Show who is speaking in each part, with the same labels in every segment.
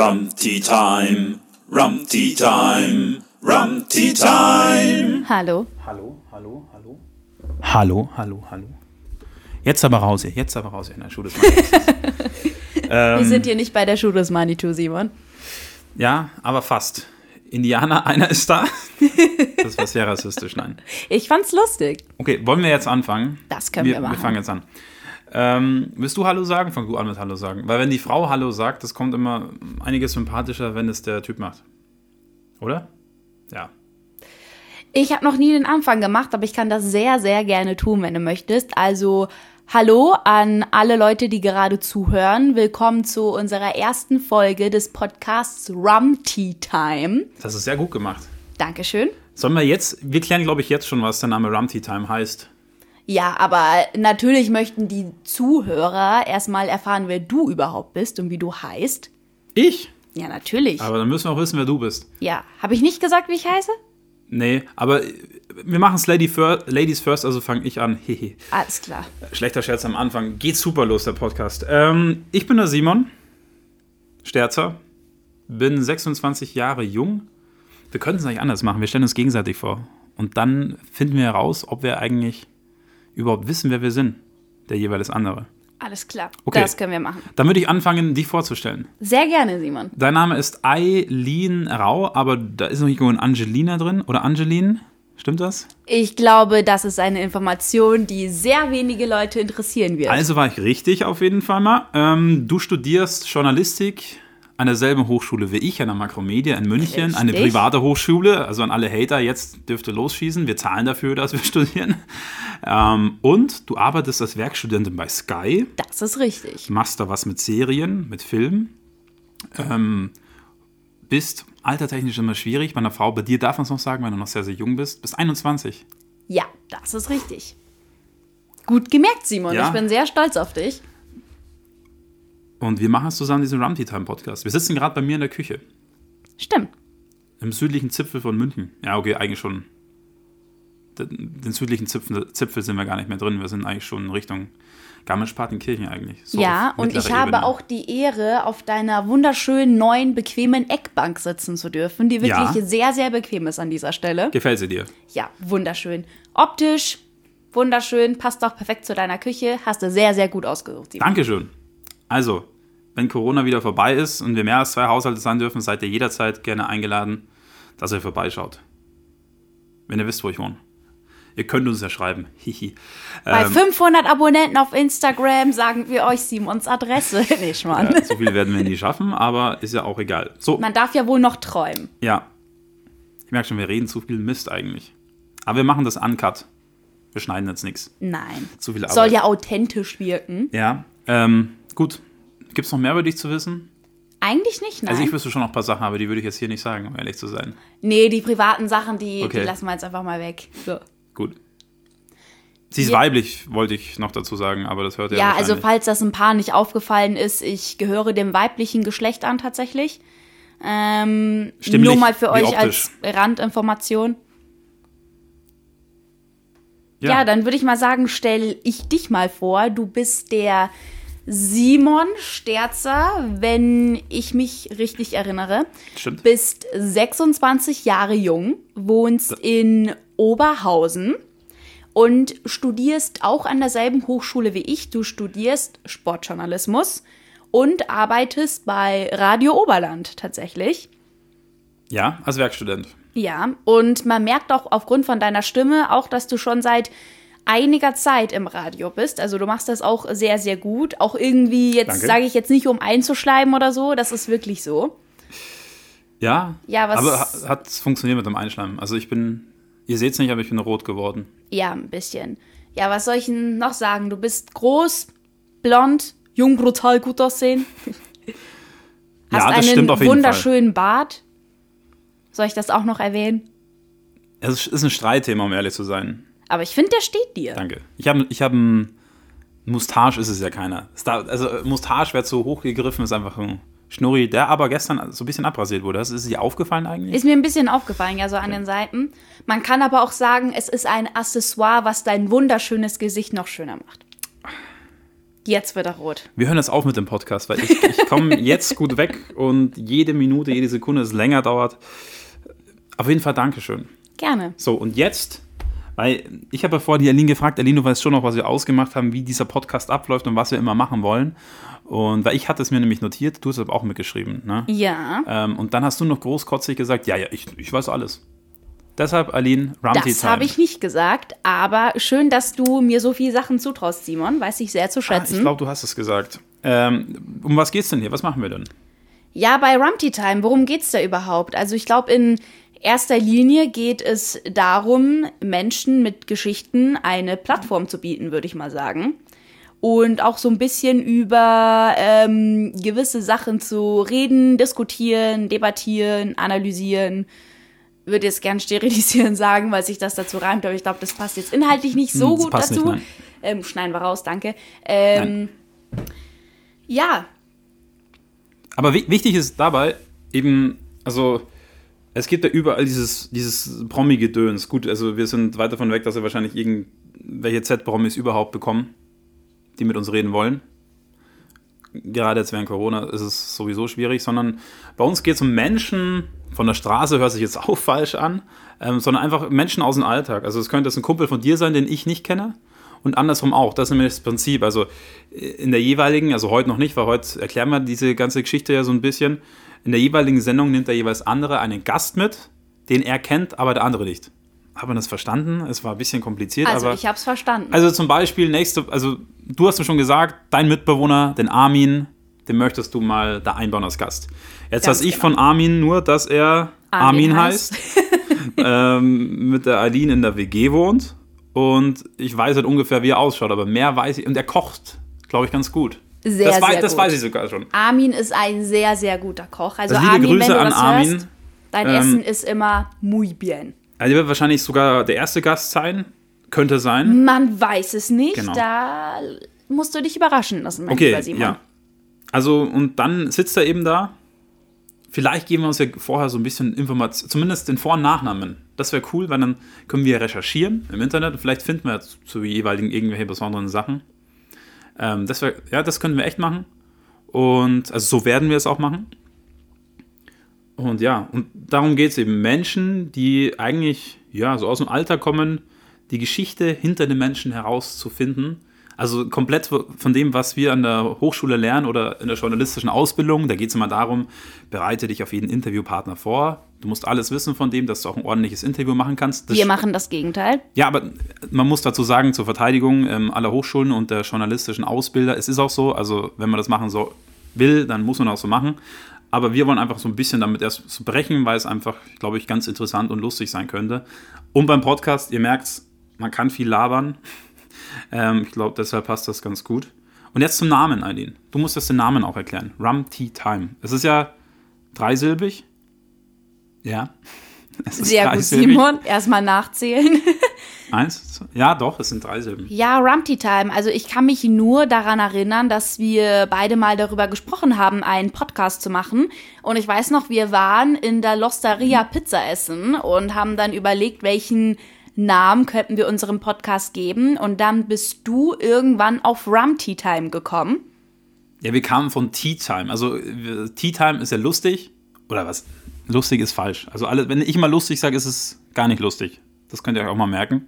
Speaker 1: Rumpty Time, Rumpty Time, Rumpty Time.
Speaker 2: Hallo.
Speaker 3: Hallo, hallo, hallo. Hallo, hallo, hallo. Jetzt aber raus hier, jetzt aber raus hier in der Schule.
Speaker 2: Wir sind
Speaker 3: Ähm.
Speaker 2: hier nicht bei der Schule des Manitou, Simon.
Speaker 3: ja, aber fast. Indianer, einer ist da. Das war sehr rassistisch, nein.
Speaker 2: Ich fand's lustig.
Speaker 3: Okay, wollen wir jetzt anfangen?
Speaker 2: Das können wir machen.
Speaker 3: Wir fangen jetzt an. Ähm, willst du Hallo sagen? Fang du an mit Hallo sagen. Weil wenn die Frau Hallo sagt, das kommt immer einiges sympathischer, wenn es der Typ macht. Oder? Ja.
Speaker 2: Ich habe noch nie den Anfang gemacht, aber ich kann das sehr, sehr gerne tun, wenn du möchtest. Also hallo an alle Leute, die gerade zuhören. Willkommen zu unserer ersten Folge des Podcasts Rum Tea Time.
Speaker 3: Das ist sehr gut gemacht.
Speaker 2: Dankeschön.
Speaker 3: Sollen wir jetzt, wir klären glaube ich jetzt schon, was der Name Rumpty Time heißt.
Speaker 2: Ja, aber natürlich möchten die Zuhörer erstmal erfahren, wer du überhaupt bist und wie du heißt.
Speaker 3: Ich?
Speaker 2: Ja, natürlich.
Speaker 3: Aber dann müssen wir auch wissen, wer du bist.
Speaker 2: ja, habe ich nicht gesagt, wie ich heiße?
Speaker 3: Nee, aber äh, wir machen es Lady fir Ladies first, also fange ich an. Hehe.
Speaker 2: Alles klar.
Speaker 3: Schlechter Scherz am Anfang. Geht super los, der Podcast. Ähm, ich bin der Simon Sterzer, bin 26 Jahre jung. Wir könnten es eigentlich anders machen. Wir stellen uns gegenseitig vor. Und dann finden wir heraus, ob wir eigentlich überhaupt wissen, wer wir sind. Der jeweils andere.
Speaker 2: Alles klar.
Speaker 3: Okay.
Speaker 2: Das können wir machen.
Speaker 3: Dann würde ich anfangen, dich vorzustellen.
Speaker 2: Sehr gerne, Simon.
Speaker 3: Dein Name ist Eileen Rau, aber da ist noch irgendwo ein Angelina drin. Oder Angeline? Stimmt das?
Speaker 2: Ich glaube, das ist eine Information, die sehr wenige Leute interessieren wird.
Speaker 3: Also war ich richtig auf jeden Fall mal. Ähm, du studierst Journalistik an derselben Hochschule wie ich, an der Makromedia in München, eine
Speaker 2: Richtig.
Speaker 3: private Hochschule. Also an alle Hater, jetzt dürfte losschießen. Wir zahlen dafür, dass wir studieren. Ähm, und du arbeitest als Werkstudentin bei Sky,
Speaker 2: das ist richtig.
Speaker 3: machst da was mit Serien, mit Filmen. Ähm, bist altertechnisch immer schwierig. Bei einer Frau, bei dir darf man es noch sagen, weil du noch sehr, sehr jung bist. Bist 21.
Speaker 2: Ja, das ist richtig. Gut gemerkt, Simon.
Speaker 3: Ja.
Speaker 2: Ich bin sehr stolz auf dich.
Speaker 3: Und wir machen es zusammen, diesen Rumpty Time Podcast. Wir sitzen gerade bei mir in der Küche.
Speaker 2: Stimmt.
Speaker 3: Im südlichen Zipfel von München. Ja, okay, eigentlich schon. Den den südlichen Zipfel, Zipfel sind wir gar nicht mehr drin. Wir sind eigentlich schon in Richtung Garmisch-Partenkirchen eigentlich. So
Speaker 2: ja,
Speaker 3: auf
Speaker 2: und ich
Speaker 3: mittlerer
Speaker 2: habe
Speaker 3: Ebene.
Speaker 2: auch die Ehre, auf deiner wunderschönen, neuen, bequemen Eckbank sitzen zu dürfen, die
Speaker 3: Ja.
Speaker 2: wirklich sehr, sehr bequem ist an dieser Stelle.
Speaker 3: Gefällt sie dir?
Speaker 2: Ja, wunderschön. Optisch, wunderschön, passt doch perfekt zu deiner Küche. Hast du sehr, sehr gut ausgesucht, Simon.
Speaker 3: Dankeschön. Also, wenn Corona wieder vorbei ist und wir mehr als zwei Haushalte sein dürfen, seid ihr jederzeit gerne eingeladen, dass ihr vorbeischaut. Wenn ihr wisst, wo ich wohne. Ihr könnt uns ja schreiben. Hihi.
Speaker 2: Bei
Speaker 3: Ähm,
Speaker 2: 500 Abonnenten auf Instagram sagen wir euch Simons Adresse. Nicht, Mann.
Speaker 3: so viel werden wir nie schaffen, aber ist ja auch egal. So,
Speaker 2: Man darf ja wohl noch träumen.
Speaker 3: Ja. Ich merke schon, wir reden zu viel Mist eigentlich. Aber wir machen das uncut. Wir schneiden jetzt nichts.
Speaker 2: Nein.
Speaker 3: Zu viel Arbeit.
Speaker 2: Soll ja authentisch wirken.
Speaker 3: Ja. Ähm, gut. Gibt es noch mehr über dich zu wissen?
Speaker 2: Eigentlich nicht, nein.
Speaker 3: Also ich wüsste schon noch ein paar Sachen, aber die würde ich jetzt hier nicht sagen, um ehrlich zu sein.
Speaker 2: nee, die privaten Sachen, die,
Speaker 3: Okay.
Speaker 2: die lassen wir jetzt einfach mal weg. So.
Speaker 3: Gut. Sie ist
Speaker 2: Ja.
Speaker 3: weiblich, wollte ich noch dazu sagen, aber das hört ihr
Speaker 2: Ja, also
Speaker 3: wahrscheinlich.
Speaker 2: falls das ein paar nicht aufgefallen ist, ich gehöre dem weiblichen Geschlecht an tatsächlich. Ähm,
Speaker 3: Stimmlich
Speaker 2: nur mal für
Speaker 3: wie
Speaker 2: euch als Randinformation. Ja, dann würde ich mal sagen, stell ich dich mal vor. Du bist der Simon Sterzer, wenn ich mich richtig erinnere.
Speaker 3: Stimmt.
Speaker 2: Bist 26 Jahre jung, wohnst in Oberhausen und studierst auch an derselben Hochschule wie ich. Du studierst Sportjournalismus und arbeitest bei Radio Oberland tatsächlich.
Speaker 3: Ja, als Werkstudent.
Speaker 2: Ja, und man merkt auch aufgrund von deiner Stimme auch, dass du schon seit einiger Zeit im Radio bist. Also du machst das auch sehr, sehr gut. Auch irgendwie jetzt,
Speaker 3: Danke.
Speaker 2: sage ich jetzt nicht, um einzuschleimen oder so, das ist wirklich so.
Speaker 3: Ja.
Speaker 2: Ja, was-
Speaker 3: Aber ha- hat es funktioniert mit dem Einschleimen? Also ich bin, ihr seht es nicht, aber ich bin rot geworden.
Speaker 2: Ja, ein bisschen. Ja, was soll ich denn noch sagen? Du bist groß, blond, jung, brutal, gut aussehen. Hast
Speaker 3: ja, das
Speaker 2: einen
Speaker 3: stimmt auf jeden Fall.
Speaker 2: wunderschönen Bart. Soll ich das auch noch erwähnen?
Speaker 3: Es ist ein Streitthema, um ehrlich zu sein.
Speaker 2: Aber ich finde, der steht dir.
Speaker 3: Danke. Ich habe ich hab ein Mustache ist es ja keiner. Es darf- Also äh, Mustache wäre zu hoch gegriffen, ist einfach ein Schnurri, der aber gestern so ein bisschen abrasiert wurde. Das ist dir aufgefallen eigentlich?
Speaker 2: Ist mir ein bisschen aufgefallen, ja, so an den Seiten. Man kann aber auch sagen, es ist ein Accessoire, was dein wunderschönes Gesicht noch schöner macht. Jetzt wird er rot.
Speaker 3: Wir hören das auf mit dem Podcast, weil ich, ich komme jetzt gut weg und jede Minute, jede Sekunde es länger dauert. Auf jeden Fall Dankeschön.
Speaker 2: Gerne.
Speaker 3: So, und jetzt, weil ich habe ja vorher die Aline gefragt, Aline, du weißt schon noch, was wir ausgemacht haben, wie dieser Podcast abläuft und was wir immer machen wollen. Und weil ich hatte es mir nämlich notiert, du hast aber auch mitgeschrieben. Ne?
Speaker 2: Ja.
Speaker 3: Ähm, und dann hast du noch großkotzig gesagt, ja, ja, ich, ich weiß alles. Deshalb, Aline, Rumpty
Speaker 2: Das
Speaker 3: Time.
Speaker 2: habe ich nicht gesagt, aber schön, dass du mir so viele Sachen zutraust, Simon. Weiß ich sehr zu
Speaker 3: ah, Ich
Speaker 2: schätzen.
Speaker 3: glaube, du hast es gesagt. Ähm, um was geht's denn hier? Was machen wir denn?
Speaker 2: ja, bei Rumpty Time, worum geht's da überhaupt? Also ich glaube, in erster Linie geht es darum, Menschen mit Geschichten eine Plattform zu bieten, würde ich mal sagen. Und auch so ein bisschen über ähm, gewisse Sachen zu reden, diskutieren, debattieren, analysieren. Würde jetzt gern sterilisieren sagen, weil sich das dazu reimt, aber ich glaube, das passt jetzt inhaltlich nicht so
Speaker 3: Hm, das
Speaker 2: gut
Speaker 3: passt nicht,
Speaker 2: dazu.
Speaker 3: nein.
Speaker 2: ähm, schneiden wir raus, danke. Ähm, ja,
Speaker 3: Aber wi- wichtig ist dabei eben, also es gibt ja überall dieses, dieses Promi-Gedöns. Gut, also wir sind weit davon weg, dass wir wahrscheinlich irgendwelche Z-Promis überhaupt bekommen, die mit uns reden wollen. Gerade jetzt während Corona ist es sowieso schwierig, sondern bei uns geht es um Menschen von der Straße, hört sich jetzt auch falsch an, ähm, sondern einfach Menschen aus dem Alltag. Also es könnte jetzt ein Kumpel von dir sein, den ich nicht kenne. Und andersrum auch. Das ist nämlich das Prinzip. Also in der jeweiligen, also heute noch nicht, weil heute erklären wir diese ganze Geschichte ja so ein bisschen. In der jeweiligen Sendung nimmt der jeweils andere einen Gast mit, den er kennt, aber der andere nicht. Hat man das verstanden? Es war ein bisschen kompliziert,
Speaker 2: also
Speaker 3: aber.
Speaker 2: ich hab's verstanden.
Speaker 3: Also zum Beispiel nächste, also du hast mir schon gesagt, dein Mitbewohner, den Armin, den möchtest du mal da einbauen als Gast. Jetzt
Speaker 2: Ganz
Speaker 3: weiß ich
Speaker 2: genau.
Speaker 3: von Armin nur, dass er Armin,
Speaker 2: Armin
Speaker 3: heißt, ähm, mit der Aline in der WG wohnt und ich weiß halt ungefähr, wie er ausschaut, aber mehr weiß ich und er kocht, glaube ich, ganz gut.
Speaker 2: Sehr,
Speaker 3: das wei-
Speaker 2: sehr
Speaker 3: das
Speaker 2: gut.
Speaker 3: weiß ich sogar schon.
Speaker 2: Armin ist ein sehr, sehr guter Koch. Also,
Speaker 3: Also liebe
Speaker 2: Armin,
Speaker 3: Grüße
Speaker 2: wenn du
Speaker 3: an
Speaker 2: das
Speaker 3: Armin.
Speaker 2: hörst, dein
Speaker 3: Ähm,
Speaker 2: Essen ist immer muy bien.
Speaker 3: Also er wird wahrscheinlich sogar der erste Gast sein, könnte sein.
Speaker 2: Man weiß es nicht,
Speaker 3: Genau.
Speaker 2: da musst du dich überraschen lassen, mein
Speaker 3: Okay,
Speaker 2: lieber Simon.
Speaker 3: ja. Also, und dann sitzt er eben da. Vielleicht geben wir uns ja vorher so ein bisschen Informationen, zumindest den Vor- und Nachnamen. Das wäre cool, weil dann können wir recherchieren im Internet und vielleicht finden wir ja zu, zu jeweiligen irgendwelche besonderen Sachen. Ähm, das wär, ja, das können wir echt machen. Und also so werden wir es auch machen. Und ja, und darum geht es eben. Menschen, die eigentlich ja, so aus dem Alter kommen, die Geschichte hinter den Menschen herauszufinden. Also komplett von dem, was wir an der Hochschule lernen oder in der journalistischen Ausbildung. Da geht es immer darum, bereite dich auf jeden Interviewpartner vor. Du musst alles wissen von dem, dass du auch ein ordentliches Interview machen kannst. Das
Speaker 2: Wir machen das Gegenteil.
Speaker 3: ja, aber man muss dazu sagen, zur Verteidigung ähm, aller Hochschulen und der journalistischen Ausbilder, es ist auch so, also wenn man das machen so will, dann muss man auch so machen. Aber wir wollen einfach so ein bisschen damit erst so brechen, weil es einfach, glaube ich, ganz interessant und lustig sein könnte. Und beim Podcast, ihr merkt man kann viel labern. Ähm, ich glaube, deshalb passt das ganz gut. Und jetzt zum Namen, Eileen. Du musst jetzt den Namen auch erklären. Rum Tea Time. Es ist ja dreisilbig. Ja. Es ist
Speaker 2: Sehr gut,
Speaker 3: dreisilbig.
Speaker 2: Simon. Erstmal nachzählen.
Speaker 3: Eins, zwei, ja doch, es sind drei Silben.
Speaker 2: Ja, Rumpty Time. Also ich kann mich nur daran erinnern, dass wir beide mal darüber gesprochen haben, einen Podcast zu machen. Und ich weiß noch, wir waren in der Losteria Pizza essen und haben dann überlegt, welchen Namen könnten wir unserem Podcast geben. Und dann bist du irgendwann auf Rumpty Time gekommen.
Speaker 3: Ja, wir kamen von Tea Time. Also wir- Tea Time ist ja lustig. Oder was? Lustig ist falsch. Also alles, wenn ich mal lustig sage, ist es gar nicht lustig. Das könnt ihr euch auch mal merken.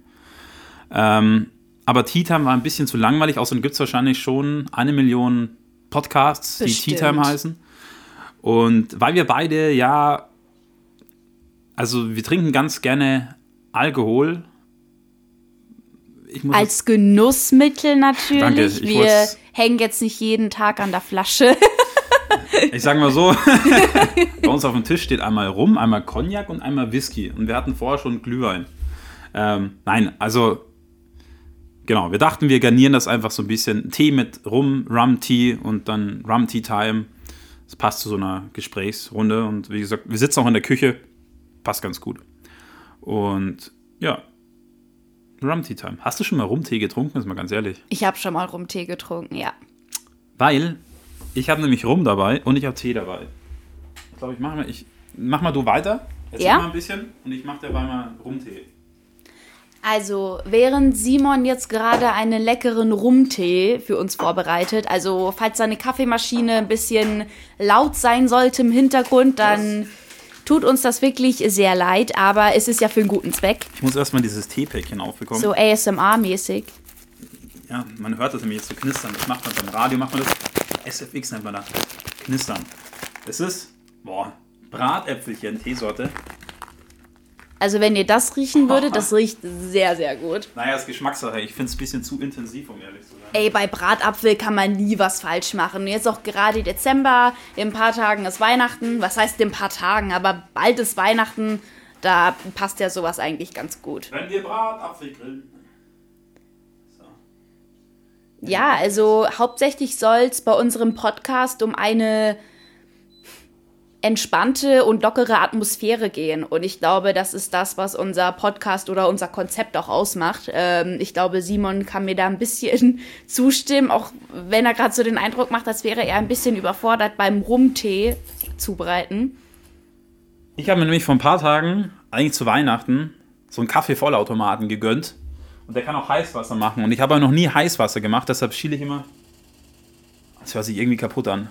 Speaker 3: Ähm, aber Tea Time war ein bisschen zu langweilig, außerdem gibt es wahrscheinlich schon eine Million Podcasts, die
Speaker 2: Bestimmt.
Speaker 3: Tea Time heißen. Und weil wir beide ja, also wir trinken ganz gerne Alkohol. Ich muss
Speaker 2: Als Genussmittel natürlich.
Speaker 3: Danke, ich
Speaker 2: wir
Speaker 3: wollt's-
Speaker 2: hängen jetzt nicht jeden Tag an der Flasche.
Speaker 3: Ich sag mal so, bei uns auf dem Tisch steht einmal Rum, einmal Cognac und einmal Whisky. Und wir hatten vorher schon Glühwein. Ähm, nein, also genau, wir dachten, wir garnieren das einfach so ein bisschen. Tee mit Rum, Rum-Tea und dann Rum-Tea-Time. Das passt zu so einer Gesprächsrunde. Und wie gesagt, wir sitzen auch in der Küche. Passt ganz gut. Und ja, Rum-Tea-Time. Hast du schon mal Rum-Tee getrunken? Ist mal ganz ehrlich.
Speaker 2: Ich habe schon mal Rumtee getrunken, ja.
Speaker 3: Weil ich habe nämlich Rum dabei und ich habe Tee dabei. Ich glaube, ich mache mal, ich mach mal du weiter. Erzähl
Speaker 2: Ja?
Speaker 3: mal ein bisschen und ich mache dabei mal Rumtee.
Speaker 2: Also, während Simon jetzt gerade einen leckeren Rumtee für uns vorbereitet, also falls seine Kaffeemaschine ein bisschen laut sein sollte im Hintergrund, dann tut uns das wirklich sehr leid, aber es ist ja für einen guten Zweck.
Speaker 3: Ich muss erstmal dieses Teepäckchen aufbekommen.
Speaker 2: So ASMR-mäßig.
Speaker 3: Ja, man hört das nämlich jetzt so knistern. Das macht man beim Radio, macht man das. SFX nennt man das. Knistern. Es ist, boah, Bratäpfelchen, Teesorte.
Speaker 2: Also, wenn ihr das riechen würdet, das riecht sehr, sehr gut.
Speaker 3: Naja, ist Geschmackssache. Ich finde es ein bisschen zu intensiv, um ehrlich zu sein.
Speaker 2: Ey, bei Bratapfel kann man nie was falsch machen. Jetzt auch gerade Dezember, in ein paar Tagen ist Weihnachten. Was heißt in ein paar Tagen? Aber bald ist Weihnachten. Da passt ja sowas eigentlich ganz gut.
Speaker 3: Wenn wir Bratapfel grillen. So.
Speaker 2: Ja, also hauptsächlich soll es bei unserem Podcast um eine entspannte und lockere Atmosphäre gehen. Und ich glaube, das ist das, was unser Podcast oder unser Konzept auch ausmacht. Ähm, ich glaube, Simon kann mir da ein bisschen zustimmen, auch wenn er gerade so den Eindruck macht, als wäre er ein bisschen überfordert beim Rumtee zubereiten.
Speaker 3: Ich habe mir nämlich vor ein paar Tagen, eigentlich zu Weihnachten, so einen Kaffee-Vollautomaten gegönnt. Und der kann auch Heißwasser machen. Und ich habe aber noch nie Heißwasser gemacht, deshalb schiele ich immer. Das hört sich irgendwie kaputt an.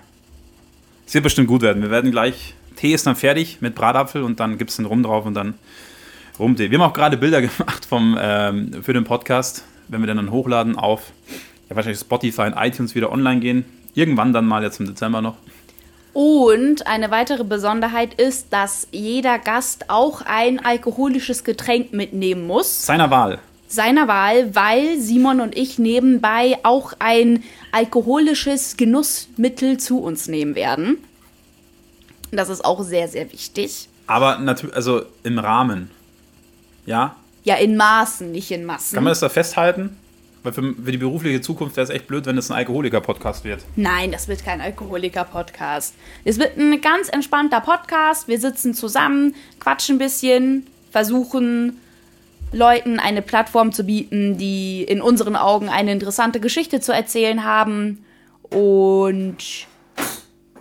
Speaker 3: Es wird bestimmt gut werden. Wir werden gleich. Tee ist dann fertig mit Bratapfel und dann gibt es einen Rum drauf und dann Rumtee. Wir haben auch gerade Bilder gemacht vom, ähm, für den Podcast. Wenn wir den dann hochladen auf ja, wahrscheinlich Spotify und iTunes wieder online gehen. Irgendwann dann mal jetzt im Dezember noch.
Speaker 2: Und eine weitere Besonderheit ist, dass jeder Gast auch ein alkoholisches Getränk mitnehmen muss.
Speaker 3: Seiner Wahl.
Speaker 2: Seiner Wahl, weil Simon und ich nebenbei auch ein alkoholisches Genussmittel zu uns nehmen werden. Das ist auch sehr, sehr wichtig.
Speaker 3: Aber natürlich, also im Rahmen. Ja?
Speaker 2: Ja, in Maßen, nicht in Massen.
Speaker 3: Kann man das da festhalten? Weil für, für die berufliche Zukunft wäre es echt blöd, wenn es ein Alkoholiker-Podcast wird.
Speaker 2: Nein, das wird kein Alkoholiker-Podcast. Es wird ein ganz entspannter Podcast. Wir sitzen zusammen, quatschen ein bisschen, versuchen Leuten eine Plattform zu bieten, die in unseren Augen eine interessante Geschichte zu erzählen haben. Und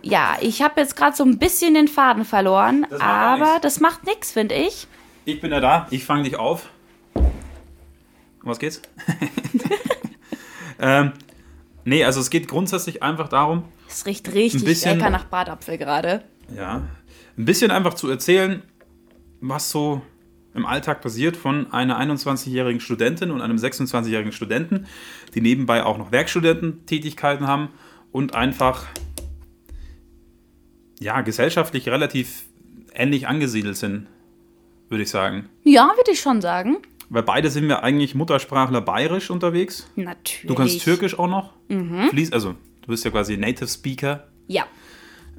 Speaker 2: ja, ich habe jetzt gerade so ein bisschen den Faden verloren,
Speaker 3: Das macht ja
Speaker 2: aber
Speaker 3: nichts.
Speaker 2: das macht nichts, finde ich.
Speaker 3: Ich bin ja da, ich fange dich auf. Um was geht's? ähm, nee, also es geht grundsätzlich einfach darum,
Speaker 2: Es riecht richtig
Speaker 3: Ein bisschen-
Speaker 2: lecker nach Bratapfel gerade.
Speaker 3: ja, ein bisschen einfach zu erzählen, was so im Alltag passiert von einer 21-jährigen Studentin und einem 26-jährigen Studenten, die nebenbei auch noch Werkstudententätigkeiten haben und einfach ja, gesellschaftlich relativ ähnlich angesiedelt sind, würde ich sagen.
Speaker 2: Ja, würde ich schon sagen.
Speaker 3: Weil beide sind wir eigentlich Muttersprachler bayerisch unterwegs.
Speaker 2: Natürlich.
Speaker 3: Du kannst Türkisch auch noch. Fließ, also du bist ja quasi Native Speaker.
Speaker 2: Ja.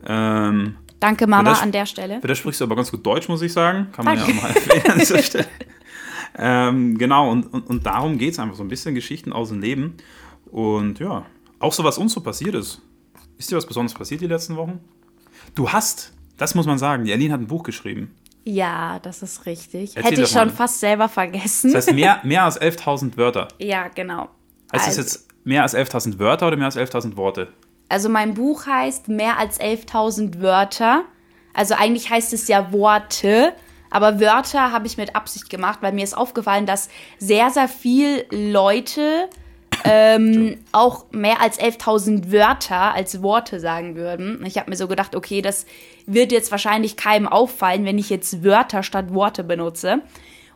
Speaker 3: Ähm,
Speaker 2: Danke, Mama,
Speaker 3: Ja, das-
Speaker 2: an der Stelle.
Speaker 3: für das sprichst du aber ganz gut Deutsch, muss ich sagen. Kann man
Speaker 2: Danke.
Speaker 3: ja auch mal erwähnen an dieser Stelle. Ähm, genau, und, und, und darum geht es einfach so ein bisschen Geschichten aus dem Leben. Und ja, auch so was uns so passiert ist. Ist dir was Besonderes passiert die letzten Wochen? Du hast, das muss man sagen, die Aline hat ein Buch geschrieben.
Speaker 2: Ja, das ist richtig.
Speaker 3: Erzähl
Speaker 2: Hätte ich
Speaker 3: doch mal.
Speaker 2: schon fast selber vergessen.
Speaker 3: Das heißt mehr, mehr als 11.000 Wörter.
Speaker 2: ja, genau.
Speaker 3: Heißt
Speaker 2: also,
Speaker 3: das jetzt mehr als 11.000 Wörter oder mehr als 11.000 Worte?
Speaker 2: also mein Buch heißt mehr als 11.000 Wörter. Also eigentlich heißt es ja Worte, aber Wörter habe ich mit Absicht gemacht, weil mir ist aufgefallen, dass sehr, sehr viel Leute ähm, auch mehr als 11.000 Wörter als Worte sagen würden. Ich habe mir so gedacht, okay, das wird jetzt wahrscheinlich keinem auffallen, wenn ich jetzt Wörter statt Worte benutze.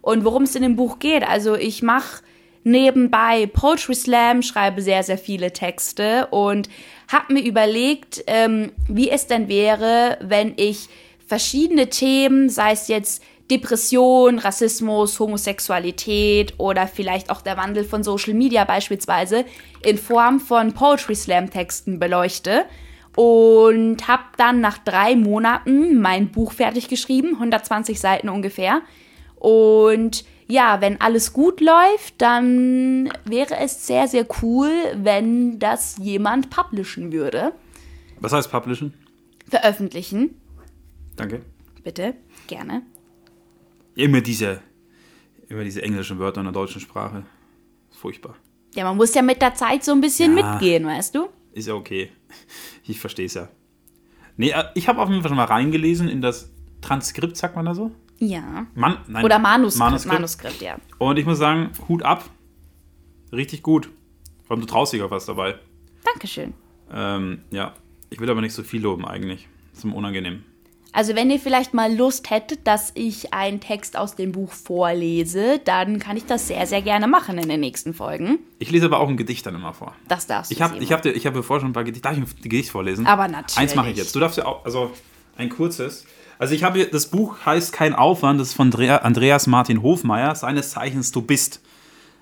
Speaker 2: Und worum es in dem Buch geht, also ich mache nebenbei Poetry Slam, schreibe sehr, sehr viele Texte und habe mir überlegt, ähm, wie es denn wäre, wenn ich verschiedene Themen, sei es jetzt Depression, Rassismus, Homosexualität oder vielleicht auch der Wandel von Social Media beispielsweise in Form von Poetry Slam Texten beleuchte und habe dann nach drei Monaten mein Buch fertig geschrieben, 120 Seiten ungefähr. Und ja, wenn alles gut läuft, dann wäre es sehr, sehr cool, wenn das jemand publishen würde.
Speaker 3: Was heißt Publishen?
Speaker 2: Veröffentlichen,
Speaker 3: Danke.
Speaker 2: bitte, gerne.
Speaker 3: Immer diese, immer diese englischen Wörter in der deutschen Sprache. Furchtbar.
Speaker 2: Ja, man muss ja mit der Zeit so ein bisschen
Speaker 3: Ja.
Speaker 2: mitgehen, weißt du?
Speaker 3: Ist ja okay. Ich verstehe es ja. Nee, äh, ich habe auf jeden Fall schon mal reingelesen in das Transkript, sagt man da so?
Speaker 2: Ja.
Speaker 3: Man, nein,
Speaker 2: Oder Manuskript.
Speaker 3: Manuskript.
Speaker 2: Manuskript, ja.
Speaker 3: Und ich muss sagen, Hut ab. Richtig gut. Vor allem, du traust dich auf was dabei.
Speaker 2: Dankeschön.
Speaker 3: Ähm, ja. Ich will aber nicht so viel loben eigentlich. Das ist mir unangenehm.
Speaker 2: Also wenn ihr vielleicht mal Lust hättet, dass ich einen Text aus dem Buch vorlese, dann kann ich das sehr, sehr gerne machen in den nächsten Folgen.
Speaker 3: Ich lese aber auch ein Gedicht dann immer vor.
Speaker 2: Das darfst du
Speaker 3: Ich habe
Speaker 2: Simon.
Speaker 3: ich hab dir, ich hab dir vorher schon ein paar Gedichte. Darf ich ein Gedicht vorlesen?
Speaker 2: Aber natürlich.
Speaker 3: Eins mache ich jetzt. Du darfst ja auch, also ein kurzes. Also ich habe hier, das Buch heißt Kein Aufwand, das ist von Drea- Andreas Martin Hofmeier, seines Zeichens Du bist.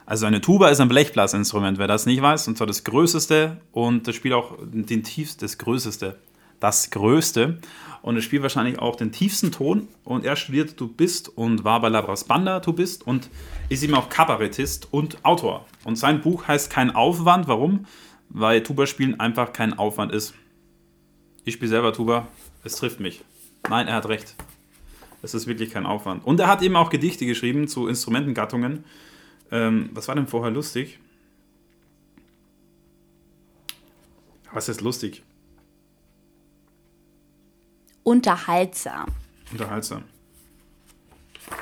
Speaker 3: Also eine Tuba ist ein Blechblasinstrument, wer das nicht weiß. Und zwar das größeste und das spielt auch den tiefsten, das größeste. Das größte. Und es spielt wahrscheinlich auch den tiefsten Ton. Und er studierte Du bist und war bei Labras Banda Du bist und ist eben auch Kabarettist und Autor. Und sein Buch heißt Kein Aufwand. Warum? Weil Tuba spielen einfach kein Aufwand ist. Ich spiele selber Tuba. Es trifft mich. Nein, er hat recht. Es ist wirklich kein Aufwand. Und er hat eben auch Gedichte geschrieben zu Instrumentengattungen. Ähm, was war denn vorher lustig? Was ist lustig?
Speaker 2: Unterhaltsam.
Speaker 3: Unterhaltsam.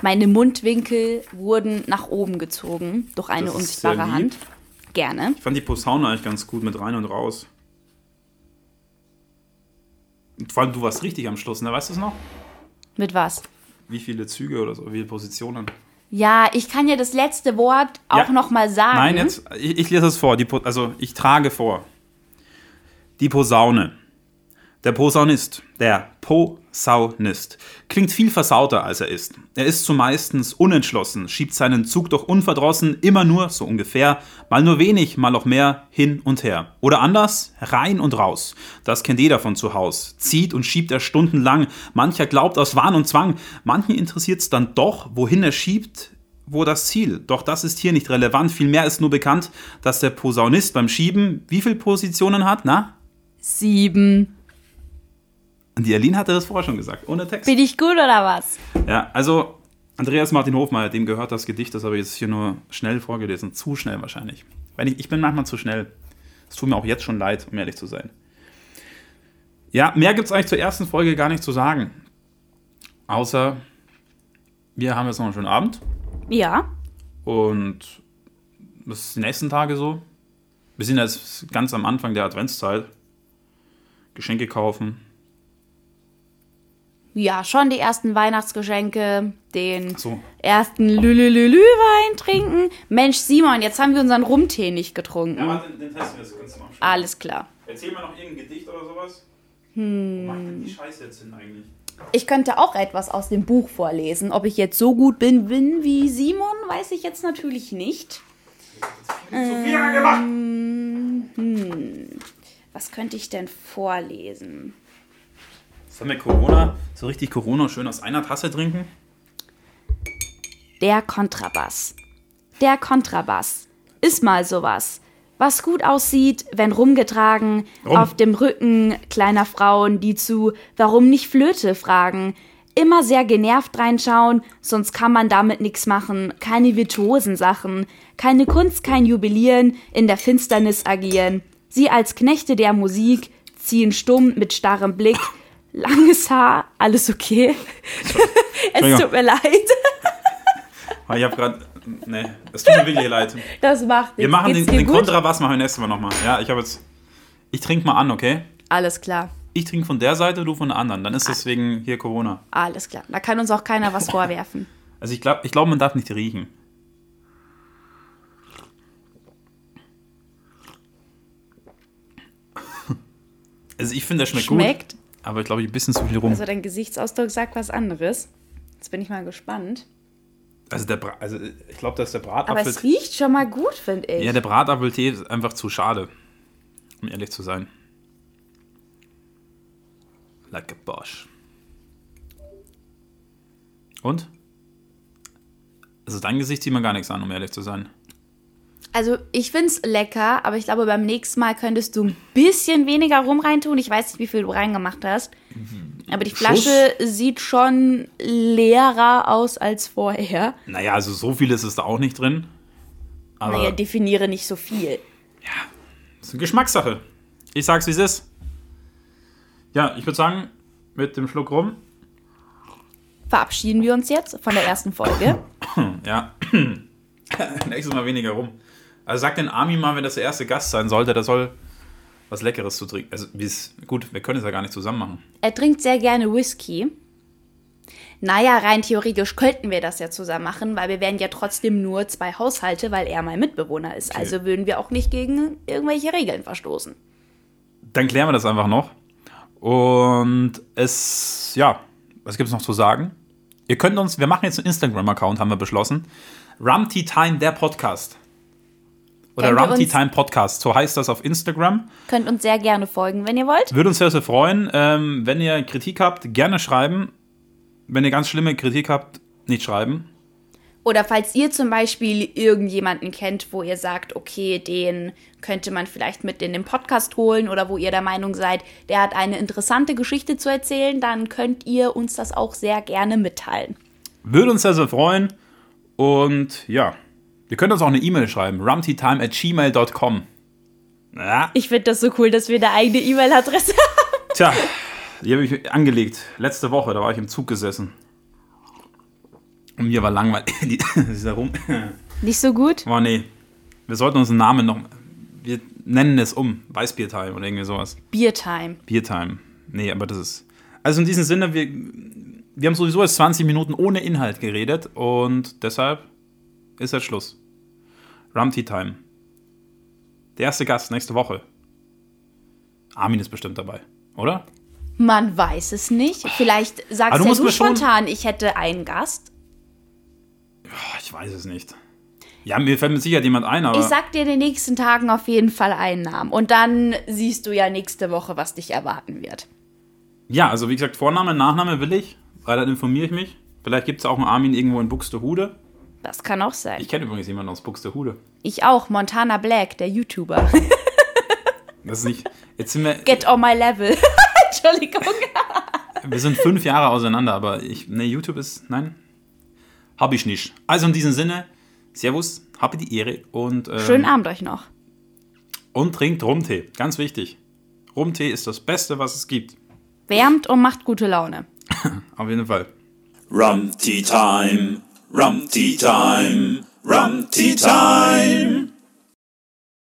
Speaker 2: Meine Mundwinkel wurden nach oben gezogen durch eine
Speaker 3: Das ist sehr
Speaker 2: unsichtbare
Speaker 3: lieb.
Speaker 2: Hand. Gerne.
Speaker 3: Ich fand die Posaune eigentlich ganz gut mit rein und raus. Und vor allem, du warst richtig am Schluss, ne? Weißt du es noch?
Speaker 2: Mit was?
Speaker 3: Wie viele Züge oder so, wie viele Positionen?
Speaker 2: Ja, ich kann ja das letzte Wort auch
Speaker 3: Ja.
Speaker 2: noch mal sagen.
Speaker 3: Nein, jetzt, ich, ich lese es vor. Die, Po- also, ich trage vor. Die Posaune. Der Posaunist. Der Posaunist. Klingt viel versauter, als er ist. Er ist zumeistens unentschlossen, schiebt seinen Zug doch unverdrossen, immer nur, so ungefähr, mal nur wenig, mal auch mehr, hin und her. Oder anders, rein und raus. Das kennt jeder von zu Haus. Zieht und schiebt er stundenlang. Mancher glaubt aus Wahn und Zwang. Manchen interessiert's dann doch, wohin er schiebt, wo das Ziel? Doch das ist hier nicht relevant. Vielmehr ist nur bekannt, dass der Posaunist beim Schieben wie viele Positionen hat, na?
Speaker 2: Sieben.
Speaker 3: Und die Aline hatte das vorher schon gesagt, ohne Text.
Speaker 2: Bin ich gut oder was?
Speaker 3: Ja, also Andreas Martin Hofmeier, dem gehört das Gedicht, das habe ich jetzt hier nur schnell vorgelesen. Zu schnell wahrscheinlich. Weil ich, ich bin manchmal zu schnell. Es tut mir auch jetzt schon leid, um ehrlich zu sein. Ja, mehr gibt es eigentlich zur ersten Folge gar nicht zu sagen. Außer, wir haben jetzt noch einen schönen Abend.
Speaker 2: Ja. ist
Speaker 3: Und das ist die nächsten Tage so. Wir sind jetzt ganz am Anfang der Adventszeit. Geschenke kaufen.
Speaker 2: Ja, schon die ersten Weihnachtsgeschenke, den
Speaker 3: So.
Speaker 2: ersten Lülülülü-Wein trinken. Mensch, Simon, jetzt haben wir unseren Rumtee nicht getrunken.
Speaker 3: warte, den testen wir jetzt ganz am Anfang.
Speaker 2: Alles klar.
Speaker 3: Erzähl mal noch irgendein Gedicht oder sowas. Hm. Wo macht denn die Scheiße jetzt hin eigentlich?
Speaker 2: Ich könnte auch etwas aus dem Buch vorlesen. Ob ich jetzt so gut bin, bin wie Simon, weiß ich jetzt natürlich nicht. Ähm.
Speaker 3: Zu viel gemacht!
Speaker 2: Was könnte ich denn vorlesen?
Speaker 3: Sollen wir Corona, so richtig Corona schön aus einer Tasse trinken?
Speaker 2: Der Kontrabass. Der Kontrabass. Ist mal sowas. Was gut aussieht, wenn rumgetragen,
Speaker 3: Rum.
Speaker 2: auf dem Rücken kleiner Frauen, die zu Warum nicht Flöte fragen. Immer sehr genervt reinschauen, sonst kann man damit nichts machen. Keine virtuosen Sachen. Keine Kunst, kein Jubilieren, in der Finsternis agieren. Sie als Knechte der Musik ziehen stumm mit starrem Blick. Langes Haar, alles okay. es
Speaker 3: Entschuldigung.
Speaker 2: tut mir leid.
Speaker 3: Ah, Ich hab grad. Nee, es tut mir wirklich leid.
Speaker 2: Das macht nichts.
Speaker 3: Wir machen den,
Speaker 2: Geht's
Speaker 3: den
Speaker 2: dir gut?
Speaker 3: Kontrabass machen wir nächstes Mal nochmal. Ja, ich habe jetzt. Ich trinke mal an, okay?
Speaker 2: Alles klar,
Speaker 3: Ich trinke von der Seite, du von der anderen. Dann ist deswegen hier Corona.
Speaker 2: alles klar. Da kann uns auch keiner was vorwerfen.
Speaker 3: Also ich glaube, ich glaub, man darf nicht riechen. Also ich finde, der schmeckt,
Speaker 2: Schmeckt.
Speaker 3: gut. Aber ich glaube, ich ein bisschen zu viel rum.
Speaker 2: Also dein Gesichtsausdruck sagt was anderes. Jetzt bin ich mal gespannt.
Speaker 3: Also, der Bra also ich glaube, dass der
Speaker 2: Aber
Speaker 3: Bratapfel...
Speaker 2: es riecht schon mal gut, finde ich.
Speaker 3: Ja, der Bratapfeltee ist einfach zu schade. Um ehrlich zu sein. Like a Bosch. Und? Also dein Gesicht sieht man gar nichts an, um ehrlich zu sein.
Speaker 2: also ich finde es lecker, aber ich glaube, beim nächsten Mal könntest du ein bisschen weniger rum reintun. Ich weiß nicht, wie viel du reingemacht hast.
Speaker 3: Mhm.
Speaker 2: Aber die Flasche sieht schon leerer aus als vorher.
Speaker 3: Naja, also so viel ist es da auch nicht drin. Aber
Speaker 2: Naja, definiere nicht so viel.
Speaker 3: ist eine Geschmackssache. Ich sag's, wie es ist. Ja, ich würde sagen, mit dem Schluck rum.
Speaker 2: verabschieden wir uns jetzt von der ersten Folge.
Speaker 3: Ja. Nächstes Mal weniger rum. Also sag den Armin mal, wenn das der erste Gast sein sollte, der soll was Leckeres zu trinken. Also, wie es- gut, wir können es ja gar nicht zusammen machen.
Speaker 2: Er trinkt sehr gerne Whisky. Naja, rein theoretisch könnten wir das ja zusammen machen, weil wir wären ja trotzdem nur zwei Haushalte, weil er mein Mitbewohner ist. Also würden wir auch nicht gegen irgendwelche Regeln verstoßen.
Speaker 3: Dann klären wir das einfach noch. Und es, ja, was gibt es noch zu sagen? Ihr könnt uns, wir machen jetzt einen Instagram-Account, haben wir beschlossen. Rumty Time, der Podcast. Oder
Speaker 2: Können wir
Speaker 3: Rumty
Speaker 2: uns-
Speaker 3: Time Podcast, so heißt das auf Instagram.
Speaker 2: Könnt uns sehr gerne folgen, wenn ihr wollt.
Speaker 3: Würde uns sehr, sehr freuen. Ähm, wenn ihr Kritik habt, gerne schreiben. Wenn ihr ganz schlimme Kritik habt, nicht schreiben.
Speaker 2: Oder falls ihr zum Beispiel irgendjemanden kennt, wo ihr sagt, okay, den könnte man vielleicht mit in den Podcast holen oder wo ihr der Meinung seid, der hat eine interessante Geschichte zu erzählen, dann könnt ihr uns das auch sehr gerne mitteilen.
Speaker 3: Würde uns sehr, sehr freuen. Und ja, ihr könnt uns auch eine E-Mail schreiben. rumtytime at gmail.com. Ja,
Speaker 2: Ich finde das so cool, dass wir eine eigene E-Mail-Adresse haben.
Speaker 3: tja, die habe ich angelegt. Letzte Woche, da war ich im Zug gesessen. Und mir war langweilig. Die- Dieser Rum.
Speaker 2: Nicht so gut?
Speaker 3: Oh nee. Wir sollten unseren Namen noch. Wir nennen es um. Weißbiertime oder irgendwie sowas.
Speaker 2: Biertime.
Speaker 3: Biertime. Nee, aber das ist. Also in diesem Sinne, wir, wir haben sowieso erst 20 Minuten ohne Inhalt geredet und deshalb ist jetzt Schluss. Rumty Time. Der erste Gast nächste Woche. Armin ist bestimmt dabei, oder?
Speaker 2: Man weiß es nicht. Vielleicht
Speaker 3: Aber
Speaker 2: sagst
Speaker 3: Ah, du
Speaker 2: du ja
Speaker 3: musst
Speaker 2: du
Speaker 3: mir schon-
Speaker 2: spontan, ich hätte einen Gast.
Speaker 3: Boah, Ah, ich weiß es nicht. Ja, mir fällt mit Sicherheit jemand ein, aber.
Speaker 2: Ich sag dir in den nächsten Tagen auf jeden Fall einen Namen. Und dann siehst du ja nächste Woche, was dich erwarten wird.
Speaker 3: ja, also wie gesagt, Vorname, Nachname will ich, weil dann informiere ich mich. Vielleicht gibt es auch einen Armin irgendwo in Buxtehude.
Speaker 2: Das kann auch sein.
Speaker 3: Ich kenne übrigens jemanden aus Buxtehude.
Speaker 2: Ich auch, Montana Black, der YouTuber.
Speaker 3: Das ist nicht. Jetzt sind wir.
Speaker 2: Get on my level. Entschuldigung.
Speaker 3: Ähm. Wir sind fünf Jahre auseinander, aber ich, ne, YouTube ist, nein, hab ich nicht. Also in diesem Sinne, Servus, habe die Ehre und, ähm,
Speaker 2: Schönen Abend euch noch.
Speaker 3: und trinkt Rumtee, ganz wichtig. Rumtee ist das Beste, was es gibt,
Speaker 2: Wärmt und macht gute Laune.
Speaker 3: auf jeden Fall.
Speaker 1: Rum tea time. Rum tea time. Rum tea time.